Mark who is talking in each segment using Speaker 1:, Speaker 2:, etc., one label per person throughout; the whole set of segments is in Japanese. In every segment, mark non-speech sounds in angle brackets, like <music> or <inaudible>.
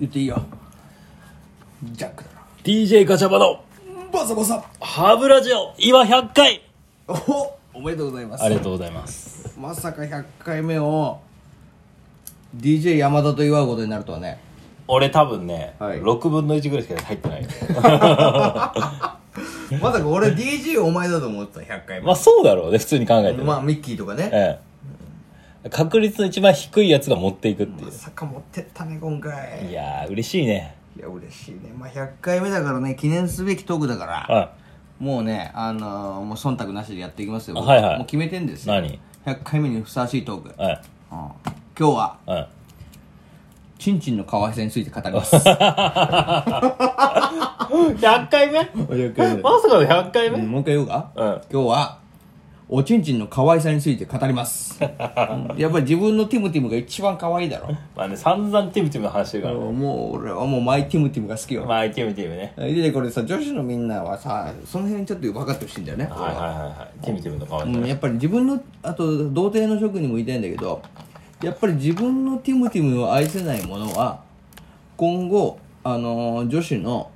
Speaker 1: 言っていいよジャックだな
Speaker 2: DJ ガチャバの
Speaker 1: バサバサ
Speaker 2: ハブラジオ今100回
Speaker 1: おおおめでとうございます
Speaker 2: ありがとうございます
Speaker 1: まさか100回目を DJ 山田と祝うことになるとはね
Speaker 2: 俺多分ね、
Speaker 1: はい
Speaker 2: 6分の1ぐらいしか入ってない <laughs>
Speaker 1: まさか俺 DJ お前だと思ってた100回
Speaker 2: まあそうだろうね普通に考えて
Speaker 1: 目
Speaker 2: る、
Speaker 1: まあミッキーとかね
Speaker 2: ええ確率の一番低いやつが持っていくってい
Speaker 1: ま
Speaker 2: う
Speaker 1: さか持ってったね今回
Speaker 2: いやー嬉しいね
Speaker 1: いや嬉しいねまあ100回目だからね記念すべきトークだから
Speaker 2: は
Speaker 1: もうねあのーもう忖度なしでやっていきますよ
Speaker 2: あはいはい
Speaker 1: もう決めてんですよ
Speaker 2: 何
Speaker 1: 100回目にふさわしいトーク、うん
Speaker 2: いはい
Speaker 1: 今日は
Speaker 2: はい
Speaker 1: チンチンの可愛さについて語り
Speaker 2: <laughs>
Speaker 1: ます100
Speaker 2: 100回目
Speaker 1: 回
Speaker 2: まさかの100回目、
Speaker 1: もう一回言うか、
Speaker 2: うん
Speaker 1: 今日はおちんちんの可愛さについて語り
Speaker 2: <laughs>
Speaker 1: ます、うんやっぱり自分のティムティムが一番可愛いだろ
Speaker 2: まあね散々ティムティムの話してるからね、
Speaker 1: もう俺はもうマイティムティムが好きよ、
Speaker 2: まあティムティムね
Speaker 1: でこれさ女子のみんなはさその辺ちょっと分かってほしいんだよね、
Speaker 2: はいはいはいはいティムティムの顔だ
Speaker 1: うん、やっぱり自分のあと童貞の職にも言いたいんだけどやっぱり自分のティムティムを愛せないものは今後あのー女子の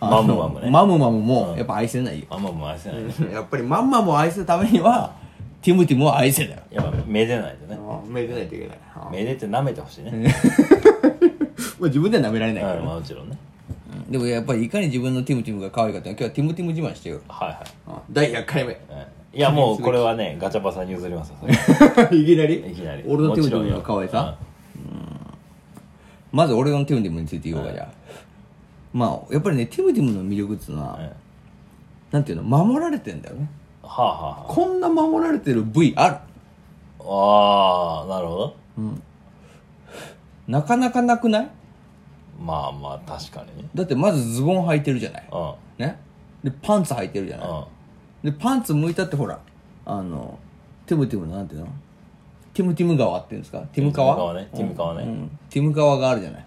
Speaker 1: あの
Speaker 2: マムマムね
Speaker 1: マムマムもやっぱ愛せないよ、
Speaker 2: あんまもう愛せないね
Speaker 1: <laughs> やっぱりまんまも愛すためにはティムティムを愛せだよ
Speaker 2: やっぱめでないとね
Speaker 1: めでないといけない <laughs>
Speaker 2: めでて舐めてほしいね、
Speaker 1: 自分では舐められないか
Speaker 2: は
Speaker 1: ら
Speaker 2: い
Speaker 1: ね
Speaker 2: まあもちろんね
Speaker 1: でもやっぱりいかに自分のティムティムが可愛いかっていうのは今日はティムティム自慢してよ
Speaker 2: はいはい
Speaker 1: 第100回目 <laughs>
Speaker 2: いやもうこれはねガチャバさんに譲りますよそれ
Speaker 1: いきなり
Speaker 2: いきなり
Speaker 1: 俺のティムティム
Speaker 2: も
Speaker 1: の
Speaker 2: ち
Speaker 1: 可
Speaker 2: ろん
Speaker 1: 愛
Speaker 2: よ
Speaker 1: さまず俺のティムティムについて言おうかじゃあまあやっぱりねティムティムの魅力っつうの
Speaker 2: うんうん
Speaker 1: は
Speaker 2: は
Speaker 1: なんていうの守られてんだよね
Speaker 2: あは
Speaker 1: こんな守られてる部位ある
Speaker 2: あはああーなるほど
Speaker 1: なかなかなくない
Speaker 2: まあまあ確かにね
Speaker 1: だってまずズボン履いてるじゃない
Speaker 2: うん
Speaker 1: ねでパンツ履いてるじゃない
Speaker 2: う
Speaker 1: で
Speaker 2: ん
Speaker 1: パンツ剥いたってほらあのティムティムのなんていうのティムティム川っていうんですかティム川
Speaker 2: 川ねティム川
Speaker 1: う
Speaker 2: ね
Speaker 1: ん、ティム川があるじゃない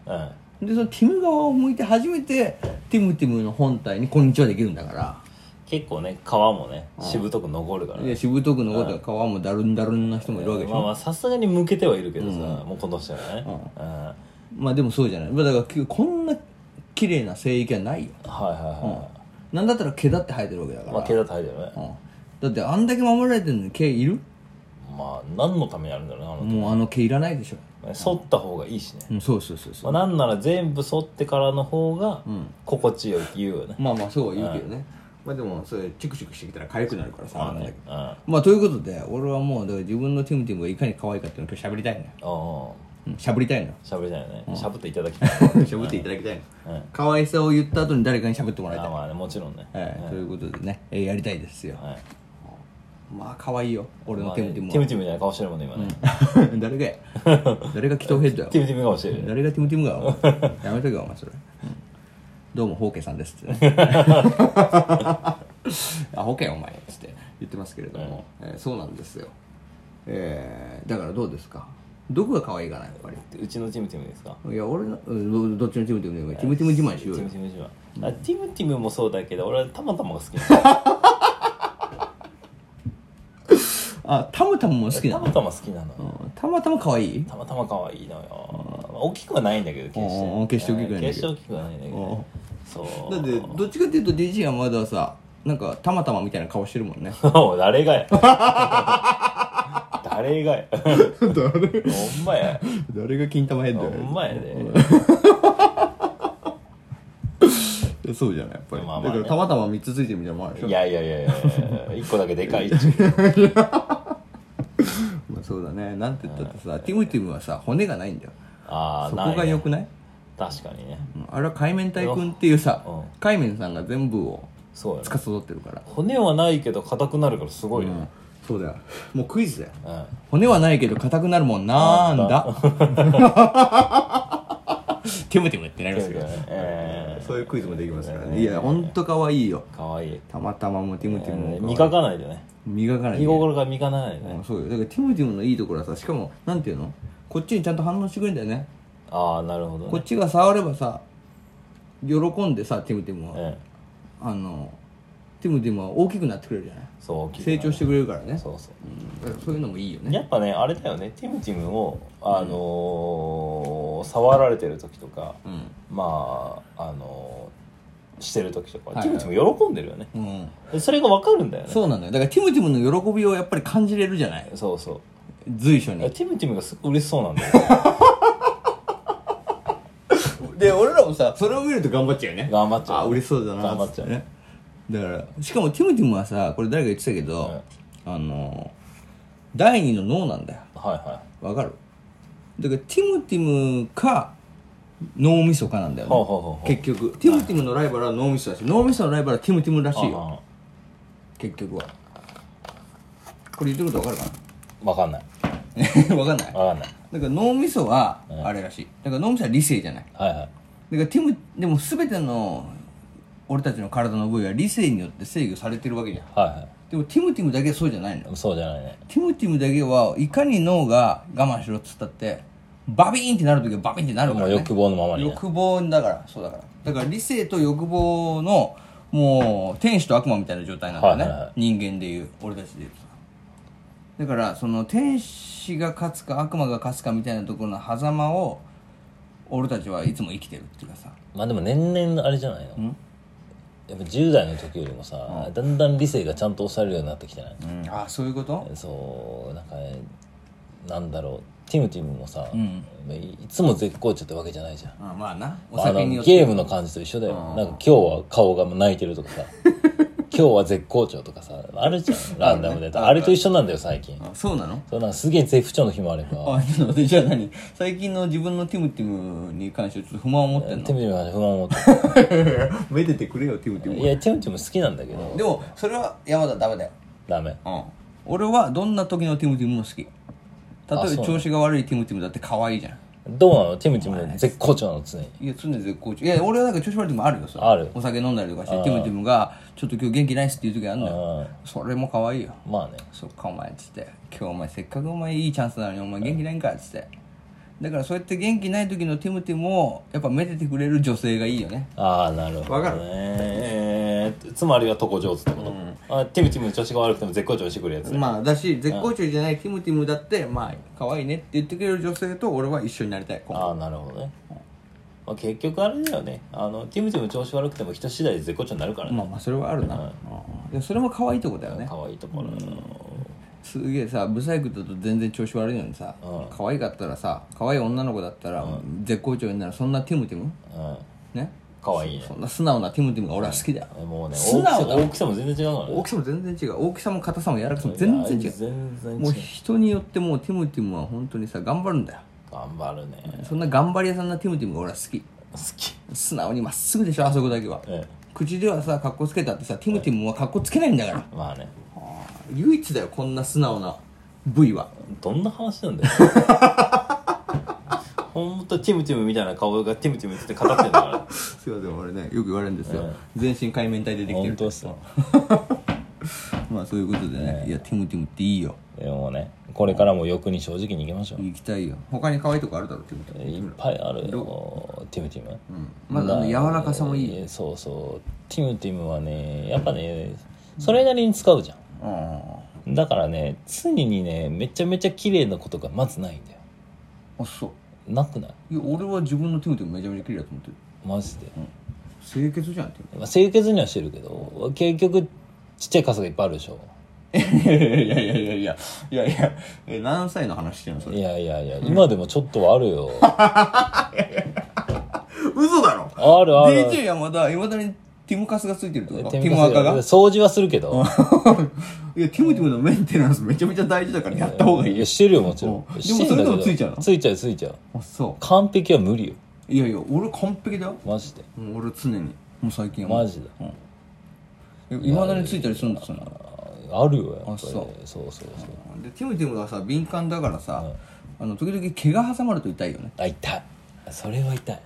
Speaker 2: うん
Speaker 1: でそのティム川を向いて初めてティムティムの本体に「こんにちは」できるんだから
Speaker 2: 結構ね皮もねしぶとく残るから
Speaker 1: い
Speaker 2: ね
Speaker 1: やしぶとく残った川もだるんだるんな人もいるわけでし
Speaker 2: まあ
Speaker 1: ょ
Speaker 2: まあさすがに向けてはいるけどさもう今年はねうんは
Speaker 1: まあでもそうじゃないまあだからきこんな綺麗な聖域はないよ
Speaker 2: いは
Speaker 1: なんだったら毛だって生えてるわけだか
Speaker 2: いはい
Speaker 1: ら、
Speaker 2: まあ毛だと入るよね
Speaker 1: うんだってあんだけ守られてるのに毛いる
Speaker 2: まあ何のためにあるんだろうねあの
Speaker 1: もうあの毛いらないでしょ、
Speaker 2: 剃った方がいいしね
Speaker 1: うん、そうそうそうそう
Speaker 2: まあなんなら全部剃ってからの方が心地よいって言うよね
Speaker 1: まあまあそうは言うけどね、まあでもそれチクチクしてきたら痒くなるからさ、なんだけど
Speaker 2: うんあ
Speaker 1: まあということで俺はもうだから自分のティムティムがいかに可愛いかっていうのを今日喋りたいのよう
Speaker 2: あ
Speaker 1: ん喋、りたいの
Speaker 2: しゃべりたいよねしゃぶっていただ
Speaker 1: <laughs>
Speaker 2: きたい
Speaker 1: 喋っていただきたいの、可愛さを言った後に誰かに喋ってもらいた
Speaker 2: あ
Speaker 1: い、
Speaker 2: まあねもちろんね
Speaker 1: ええということでね、えーやりたいですよ
Speaker 2: はい
Speaker 1: まあ可愛いよ俺のティムティム
Speaker 2: ティ
Speaker 1: は、 <laughs>
Speaker 2: ムティムみたいな顔してるもんね今ね
Speaker 1: 誰がや誰がキトヘッドや
Speaker 2: ティムティム顔してるよね
Speaker 1: 誰がティムティムがお <laughs> 前やめとけよお前それ、うんどうもホウケイさんですって <laughs> ねあホウケイお前っつって言ってますけれども、えーそうなんですよえーだからどうですかどこが可愛いかなやっぱり
Speaker 2: うちのティムティムですか
Speaker 1: いや俺のうんどどっちのティムティムでもいいティムティム自慢し
Speaker 2: テ
Speaker 1: よ
Speaker 2: ィ
Speaker 1: うよ
Speaker 2: ムティム自慢あティムティムもそうだけど俺はたまたまが好き
Speaker 1: あたまたまも好き
Speaker 2: な
Speaker 1: な
Speaker 2: のたまたま好きなの
Speaker 1: の、うん、たまたま可愛い
Speaker 2: たまたま可愛いのよまあ大きくはないんだけど決
Speaker 1: うんうん
Speaker 2: して
Speaker 1: 決して大きくはないんだけど
Speaker 2: 決して大きくはないんだけどねそう
Speaker 1: だってどっちかっていうと DJ はまださなんかたまたまみたいな顔してるもん <laughs> ね
Speaker 2: おい <laughs> 誰がや誰がや <laughs>
Speaker 1: 誰
Speaker 2: ほんまや
Speaker 1: 誰が金玉ヘッ
Speaker 2: ほんまやで
Speaker 1: いやそうじゃないやっぱり、
Speaker 2: まあまあね
Speaker 1: だからたまたま3つついてるみたいなもんあるでしょ
Speaker 2: いやいやいやいや1個だけでかいっちゅう
Speaker 1: まあ、そうだねなんて言ったってさ、ティムティムはさ骨がないんだよ
Speaker 2: ああ
Speaker 1: そこが良くない
Speaker 2: 確かにね
Speaker 1: うんあれは海綿体くんっていうさ、
Speaker 2: うん
Speaker 1: 海綿さんが全部を
Speaker 2: そうやね
Speaker 1: 司ってるから、
Speaker 2: 骨はないけど硬くなるからすごいよ
Speaker 1: うん
Speaker 2: ね
Speaker 1: そうだよもうクイズだよ
Speaker 2: うん
Speaker 1: 骨はないけど硬くなるもんなんだ <laughs> ティムティムってなりますけど
Speaker 2: え
Speaker 1: そういうクイズもできますからねいやほんとかわいいよ
Speaker 2: ーかわいい
Speaker 1: たまたまもティムティムも可愛い
Speaker 2: 磨かないでね
Speaker 1: 磨かない
Speaker 2: 日頃から磨かないで
Speaker 1: う
Speaker 2: ね
Speaker 1: んそうよだからティムティムのいいところはさしかもなんていうのこっちにちゃんと反応してくれるんだよね
Speaker 2: ああなるほど
Speaker 1: こ
Speaker 2: ね
Speaker 1: っちが触ればさ喜んでさティムティムは、
Speaker 2: ええ
Speaker 1: あのティムティムは大きくなってくれるじゃない
Speaker 2: そう大きくな
Speaker 1: 成
Speaker 2: る
Speaker 1: 長してくれるからね
Speaker 2: そうそう
Speaker 1: うんだからそういうのもいいよね
Speaker 2: やっぱねあれだよねティムティムをあのー触られてる時とか、
Speaker 1: うん
Speaker 2: まああのしてる時とか、
Speaker 1: はいはい
Speaker 2: ティムティム喜んでるよね
Speaker 1: うん、
Speaker 2: でそれがわかるんだよね
Speaker 1: そうなんだよだからティムティムの喜びをやっぱり感じれるじゃない
Speaker 2: そうそう
Speaker 1: 随所
Speaker 2: <laughs>
Speaker 1: に
Speaker 2: ティムティムがすごい嬉しそうなんだよ
Speaker 1: で俺らもさそれを見ると頑張っちゃうよね
Speaker 2: 頑張っちゃ
Speaker 1: あ
Speaker 2: う
Speaker 1: 嬉しそうだな
Speaker 2: 頑張っちゃう
Speaker 1: つねだからしかもティムティムはさこれ誰か言ってたけど、あの第二の脳なんだよ
Speaker 2: はいは
Speaker 1: わかるだからティムティムか脳みそかなんだよね
Speaker 2: ほうほうほうほう
Speaker 1: 結局ティムティムのライバルは脳みそだし脳みそのライバルはティムティムらし
Speaker 2: い
Speaker 1: いよ結局はこれ言ってることわか
Speaker 2: 分かんない
Speaker 1: るかな <laughs> わかんない
Speaker 2: 分かんない
Speaker 1: だから脳みそはあれらしいだから脳みそは理性じゃない
Speaker 2: はいはい
Speaker 1: だからティムでも全ての俺たちの体の部位は理性によって制御されてるわけじゃん
Speaker 2: は
Speaker 1: でもティムティムだけはそうじゃない
Speaker 2: い
Speaker 1: の
Speaker 2: はいそうじゃないね
Speaker 1: ティムティムだけはいかに脳が我慢しろっつったってバビーンってなる時はバビーンってなるか
Speaker 2: も
Speaker 1: ら、
Speaker 2: う
Speaker 1: ね、
Speaker 2: 欲望のままにね
Speaker 1: 欲望だからそうだからだから理性と欲望のもう天使と悪魔みたいな状態なんだよね、
Speaker 2: はいはいはい
Speaker 1: 人間でいう俺たちでいうとさだからその天使が勝つか悪魔が勝つかみたいなところの狭間を俺たちはいつも生きてるっていうかさ
Speaker 2: まあでも年々あれじゃないのやっぱ10代の時よりもさ、だんだん理性がちゃんと抑えるようになってきてない、
Speaker 1: ああそういうこと
Speaker 2: そうなんかねなんだろうティムティムもさ、いいつも絶好調ってわけじゃないじゃん
Speaker 1: あまあなお
Speaker 2: あの
Speaker 1: 酒によって
Speaker 2: ゲームの感じと一緒だよ、なんか今日は顔が泣いてると
Speaker 1: <laughs>
Speaker 2: かさ今日は絶好調とかさあるじゃんランダムで、あれと一緒なんだよ最近、
Speaker 1: あそうなの
Speaker 2: そうなんかすげえ絶不調の日もあれば
Speaker 1: あちょっと待ってじゃあ何最近の自分のティムティムに関してちょっと不満を持って
Speaker 2: ティ
Speaker 1: ん <laughs>
Speaker 2: ム
Speaker 1: の
Speaker 2: ティムが不満を持って
Speaker 1: めでてくれよティムテ
Speaker 2: るいやティムティム好きなんだけど
Speaker 1: でもそれは山田ダメだよ
Speaker 2: ダメ
Speaker 1: うん、俺はどんな時のティムティムも好き例え
Speaker 2: あそう
Speaker 1: ば
Speaker 2: なの
Speaker 1: 調子が悪いティムティムだって可愛いじゃ
Speaker 2: どうなのティムティム絶好調なの常に
Speaker 1: んいや常に絶好調いや俺はなんか調子悪い時もあるよそれ
Speaker 2: ある
Speaker 1: お酒飲んだりとかしてティムティムが「ちょっと今日元気ないっす」っていう時あるのよ
Speaker 2: う
Speaker 1: それも可愛いよ
Speaker 2: んまあね
Speaker 1: そっかお前っつって今日お前せっかくお前いいチャンスなのにお前元気ないんかっつってだからそうやって元気ない時のティムティムをやっぱめでてくれる女性がいいよね
Speaker 2: ああなるほど、
Speaker 1: わ
Speaker 2: ね、
Speaker 1: かる
Speaker 2: えー、つまりは床上手ってこと、あティムティムの調子が悪くても絶好調にしてくれるやつね、
Speaker 1: まあだし絶好調じゃないティムティムだってまあ可愛いねって言ってくれる女性と俺は一緒になりたい今後
Speaker 2: ああなるほどね、まあ、結局あれだよねあのティムティム調子悪くても人次第で絶好調になるからね
Speaker 1: まあまあそれはあるな、うんいやそれも可愛いとこだよね
Speaker 2: 可愛いところ、
Speaker 1: すげえさブサイクだと全然調子悪いのにさ、可愛かったらさ可愛い女の子だったら、絶好調になるそんなティムティム
Speaker 2: うん、
Speaker 1: ね
Speaker 2: 可愛いね
Speaker 1: そんな素直なティムティムが俺は好きだよ、
Speaker 2: もうね
Speaker 1: 素
Speaker 2: 大き
Speaker 1: 直
Speaker 2: さ
Speaker 1: だ
Speaker 2: 大きさも全然違うからね
Speaker 1: 大きさも全然違う大きさも硬さも柔らかさも全然違う
Speaker 2: 全然違う
Speaker 1: もう人によってもうティムティムは本当にさ頑張るんだよ
Speaker 2: 頑張るね
Speaker 1: そんな頑張り屋さんなティムティムが俺は好き
Speaker 2: 好き
Speaker 1: 素直にまっすぐでしょあそこだけは、
Speaker 2: え
Speaker 1: 口ではさかっこつけたってさティムティムはかっこつけないんだから、
Speaker 2: えまあね
Speaker 1: 唯一だよこんな素直な部位は
Speaker 2: どんな話なんだよ <laughs> ほんとティムティムみたいな顔がティムティムって語ってんだから
Speaker 1: すいません俺ねよく言われるんですよ、全身海面体でできて
Speaker 2: 本
Speaker 1: る
Speaker 2: 当っすよ
Speaker 1: まあそういうことでね、いやティムティムっていいよ
Speaker 2: でもねこれからも欲に正直にいきましょう
Speaker 1: 行きたいよ他に可愛いとこあるだろティムティム
Speaker 2: いっぱいあるよティムティム、
Speaker 1: まだあの柔らかさもいい
Speaker 2: いいそうそうティムティムはねやっぱねそれなりに使うじゃ
Speaker 1: あ
Speaker 2: んだからね常にねめちゃめちゃ綺麗なことがまずないんだよ
Speaker 1: ああそう
Speaker 2: なくない
Speaker 1: いや俺は自分のティムティムめちゃめちゃ綺麗だと思ってる
Speaker 2: マジで、
Speaker 1: 清潔じゃんティム
Speaker 2: まあ、清潔にはしてるけど結局ちっちゃい傘がいっぱいあるでしょ
Speaker 1: いやいやいやいやいやいやいやえ何歳の話してんのそれ
Speaker 2: いやいやいや今でもちょっとはあるよ
Speaker 1: 嘘だろ
Speaker 2: あ
Speaker 1: <laughs>
Speaker 2: るある
Speaker 1: DJ 山田いまだにティムカスがついてるってことティム
Speaker 2: カス
Speaker 1: アカが
Speaker 2: 掃除はするけど
Speaker 1: <laughs> いやティムティムのメンテナンスめちゃめちゃ大事だからやった方がいい
Speaker 2: い
Speaker 1: よ
Speaker 2: やしてるよもちろん
Speaker 1: うん
Speaker 2: してんだけ
Speaker 1: で
Speaker 2: ど
Speaker 1: もそれでもついちゃうの
Speaker 2: ついちゃうついちゃう
Speaker 1: あそ
Speaker 2: 完璧は無理よ
Speaker 1: ういやいや俺完璧だよ
Speaker 2: マジで
Speaker 1: もう俺常にもう最近は
Speaker 2: マジで
Speaker 1: いまだについたりするんですよ、ね、
Speaker 2: ああるよやっぱり
Speaker 1: そう
Speaker 2: そうそうそう
Speaker 1: でティムティムがさ敏感だからさ、あの時々毛が挟まると痛いよね
Speaker 2: あ痛いそれは痛い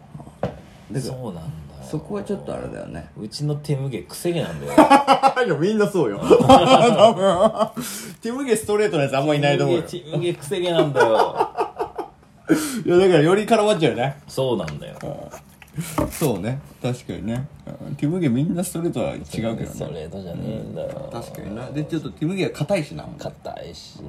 Speaker 2: そうなんだよ
Speaker 1: そこはちょっとあれだよね
Speaker 2: うちの手ム毛くせ毛なんだよ
Speaker 1: いやみんなそうよ <laughs> 多分ティム毛ストレートのやつあんま <laughs> い
Speaker 2: 手ム毛くせ
Speaker 1: <laughs>
Speaker 2: 毛なんだよ
Speaker 1: いやだからより絡まっちゃうよね
Speaker 2: そうなんだよ
Speaker 1: そうね確かにねうんティムゲみんなストレートは違うけどね
Speaker 2: ストレートじゃねえんだよ
Speaker 1: 確かになでちょっとティムゲは硬いしな
Speaker 2: 硬いし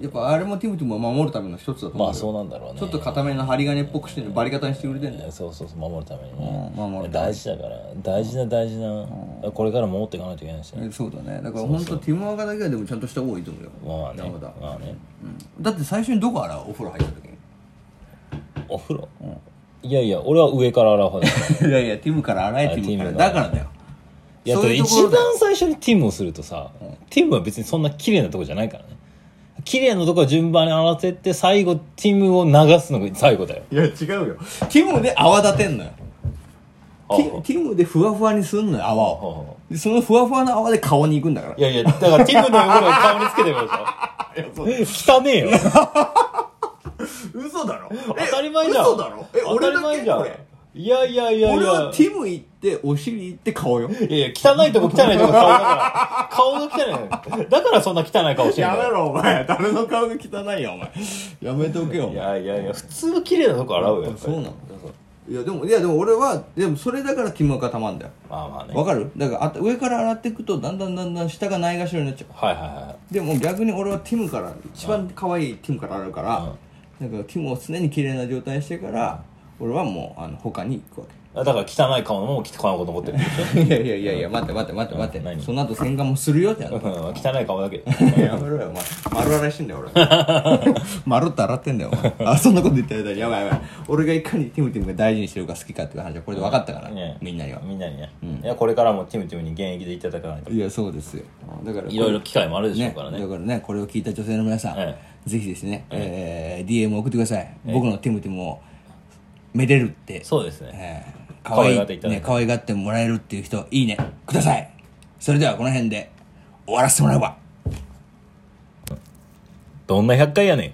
Speaker 1: やっぱあれもティムティムを守るための一つだと思うよ
Speaker 2: まあそうなんだろうね
Speaker 1: ちょっと固めの針金っぽくしてるバリ型にしてくれてんだよ
Speaker 2: そうそうそう守るためにね、
Speaker 1: うん守る
Speaker 2: 大事だから大事な大事な、これから守っていかないといけないしね、
Speaker 1: えそうだねだから本当ティムワーカーだけはでもちゃんとした方がいいと思うよ
Speaker 2: まあね
Speaker 1: 山田
Speaker 2: まあね
Speaker 1: うんだって最初にどこ洗うお風呂入った時に
Speaker 2: お風呂、いやいや俺は上から洗う方
Speaker 1: <laughs>
Speaker 2: だ
Speaker 1: いやいや、ティムから洗え、
Speaker 2: あ
Speaker 1: ティムから。
Speaker 2: ティムから
Speaker 1: だからだよ。
Speaker 2: いや
Speaker 1: そういうとこ
Speaker 2: 一
Speaker 1: ろだよ
Speaker 2: 番最初にティムをするとさ、ティムは別にそんな綺麗なとこじゃないからね綺麗なとこは順番に洗ってって最後ティムを流すのが最後だよ
Speaker 1: いや、違うよ。ティムで泡立てんのよ。テ
Speaker 2: ほうほ
Speaker 1: ィティムでふわふわにすんのよ、泡
Speaker 2: ほう
Speaker 1: を
Speaker 2: ほ。
Speaker 1: でそのふわふわの泡で顔に行くんだから。
Speaker 2: いやいやだからティムの汚れを顔につけてるでしょ汚ねえよ
Speaker 1: 嘘だろ
Speaker 2: 当たり前じゃん
Speaker 1: 嘘だろえ、
Speaker 2: 当た
Speaker 1: 俺
Speaker 2: り
Speaker 1: だ
Speaker 2: 前
Speaker 1: け
Speaker 2: じゃん
Speaker 1: これ。
Speaker 2: いやいやいやいや
Speaker 1: 俺はティム行って、お尻行って顔よ。
Speaker 2: いやいや、汚いとこ汚いとこ顔だから。顔が汚いのよ。だからそんな汚い顔してる
Speaker 1: や
Speaker 2: の
Speaker 1: め
Speaker 2: よ。
Speaker 1: ろ、お前。誰の顔が汚いよ、お前。やめておけよ、お
Speaker 2: い
Speaker 1: 前。
Speaker 2: やいやいや、普通は綺麗なとこ洗うよ。やっぱ
Speaker 1: そう
Speaker 2: り
Speaker 1: なのいや、でも、いや、でも俺は、でもそれだからティムが固まんだよ。
Speaker 2: まあまあね。
Speaker 1: わかるだからあ上から洗っていくとだんだんだんだん下がないがしろになっちゃ
Speaker 2: はいはいは
Speaker 1: うでも逆に俺はティムから一番可愛いティムから洗うから、なんかティムを常に綺麗な状態にしてから俺はもうあの他に行くわ
Speaker 2: い。だから汚い顔のも汚いこと残ってるでし
Speaker 1: け <laughs> いやいやいやいや待って待って待って待
Speaker 2: うん
Speaker 1: って
Speaker 2: 何
Speaker 1: その後洗顔もするよってな
Speaker 2: ょ。
Speaker 1: っ
Speaker 2: う
Speaker 1: て
Speaker 2: ん汚い顔だけ。
Speaker 1: <laughs> やめろよお前丸洗いしてんだよ <laughs> 俺丸っと洗ってんだよお前あそんなこと言ったらやばいやばい俺がいかにティムティムが大事にしてるか好きかっていう話はこれで分かったから、
Speaker 2: ね
Speaker 1: みんなには
Speaker 2: みんなにね。いや、これからもティムティムに現役でいただかないと。
Speaker 1: いやそうですよだから
Speaker 2: いろいろ機会もあるでしょうから
Speaker 1: だ
Speaker 2: ね。
Speaker 1: からねこれを聞いた女性の皆さん、
Speaker 2: え
Speaker 1: ぜひですね、えー DM を送ってください、僕のティムティムをめでるって、
Speaker 2: そうですね。
Speaker 1: えー、かわい
Speaker 2: 可愛がってい
Speaker 1: い
Speaker 2: ただい
Speaker 1: ね
Speaker 2: て
Speaker 1: 可愛がってもらえるっていう人いいねくださいそれではこの辺で終わらせてもらうわ
Speaker 2: どんな100回やねん。